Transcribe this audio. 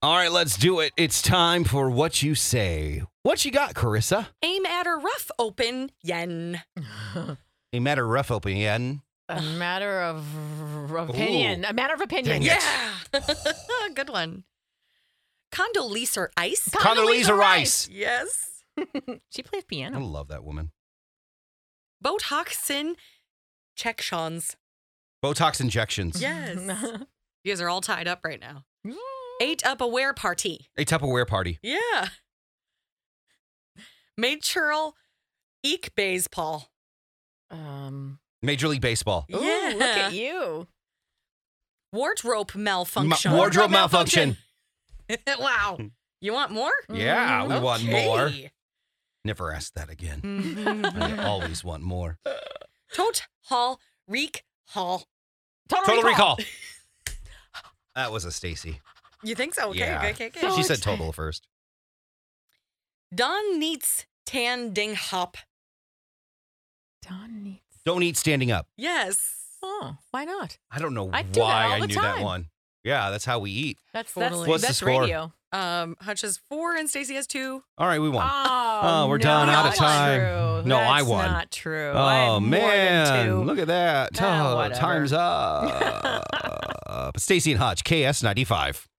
All right, let's do it. It's time for what you say. What you got, Carissa? Aim at a rough open yen. A matter of rough opinion. A matter of opinion. Ooh. A matter of opinion. Dang it. Yeah. Good one. Condoleezza Rice. Condoleezza Rice. yes. She plays I piano. love that woman. Botoxin Chekshans. Botox injections. Yes. You guys are all tied up right now. Ate up a wear party. A Tupperware party. Yeah. Made churl eek bays Paul. um. Major League Baseball. Ooh, look at you. Wardrobe malfunction. Ma- wardrobe malfunction. wow. You want more? Yeah, Mm-hmm. we want Okay. more. Never ask that again. I Mm-hmm. always want more. Tote haul reek haul. Total, Total recall. recall. that was a Stacy. You think so? Okay, Yeah. okay, okay, okay. She So- said total first. Don needs tan ding hop. Don needs. Don't eat standing up. Yes. Oh, why not? I don't know I do that why all I the knew that time. one. Yeah, that's how we eat. That's Totally. that's, What's the that's score? radio. Um, Hutch has four and Stacy has two. All right, we won. Oh, Oh, we're no, done, out of that's time. True. No, I That's won. Not true. I have Oh more than man, two. look at that! Ah, Oh, whatever. time's up. Stacy and Hutch, KS ninety five.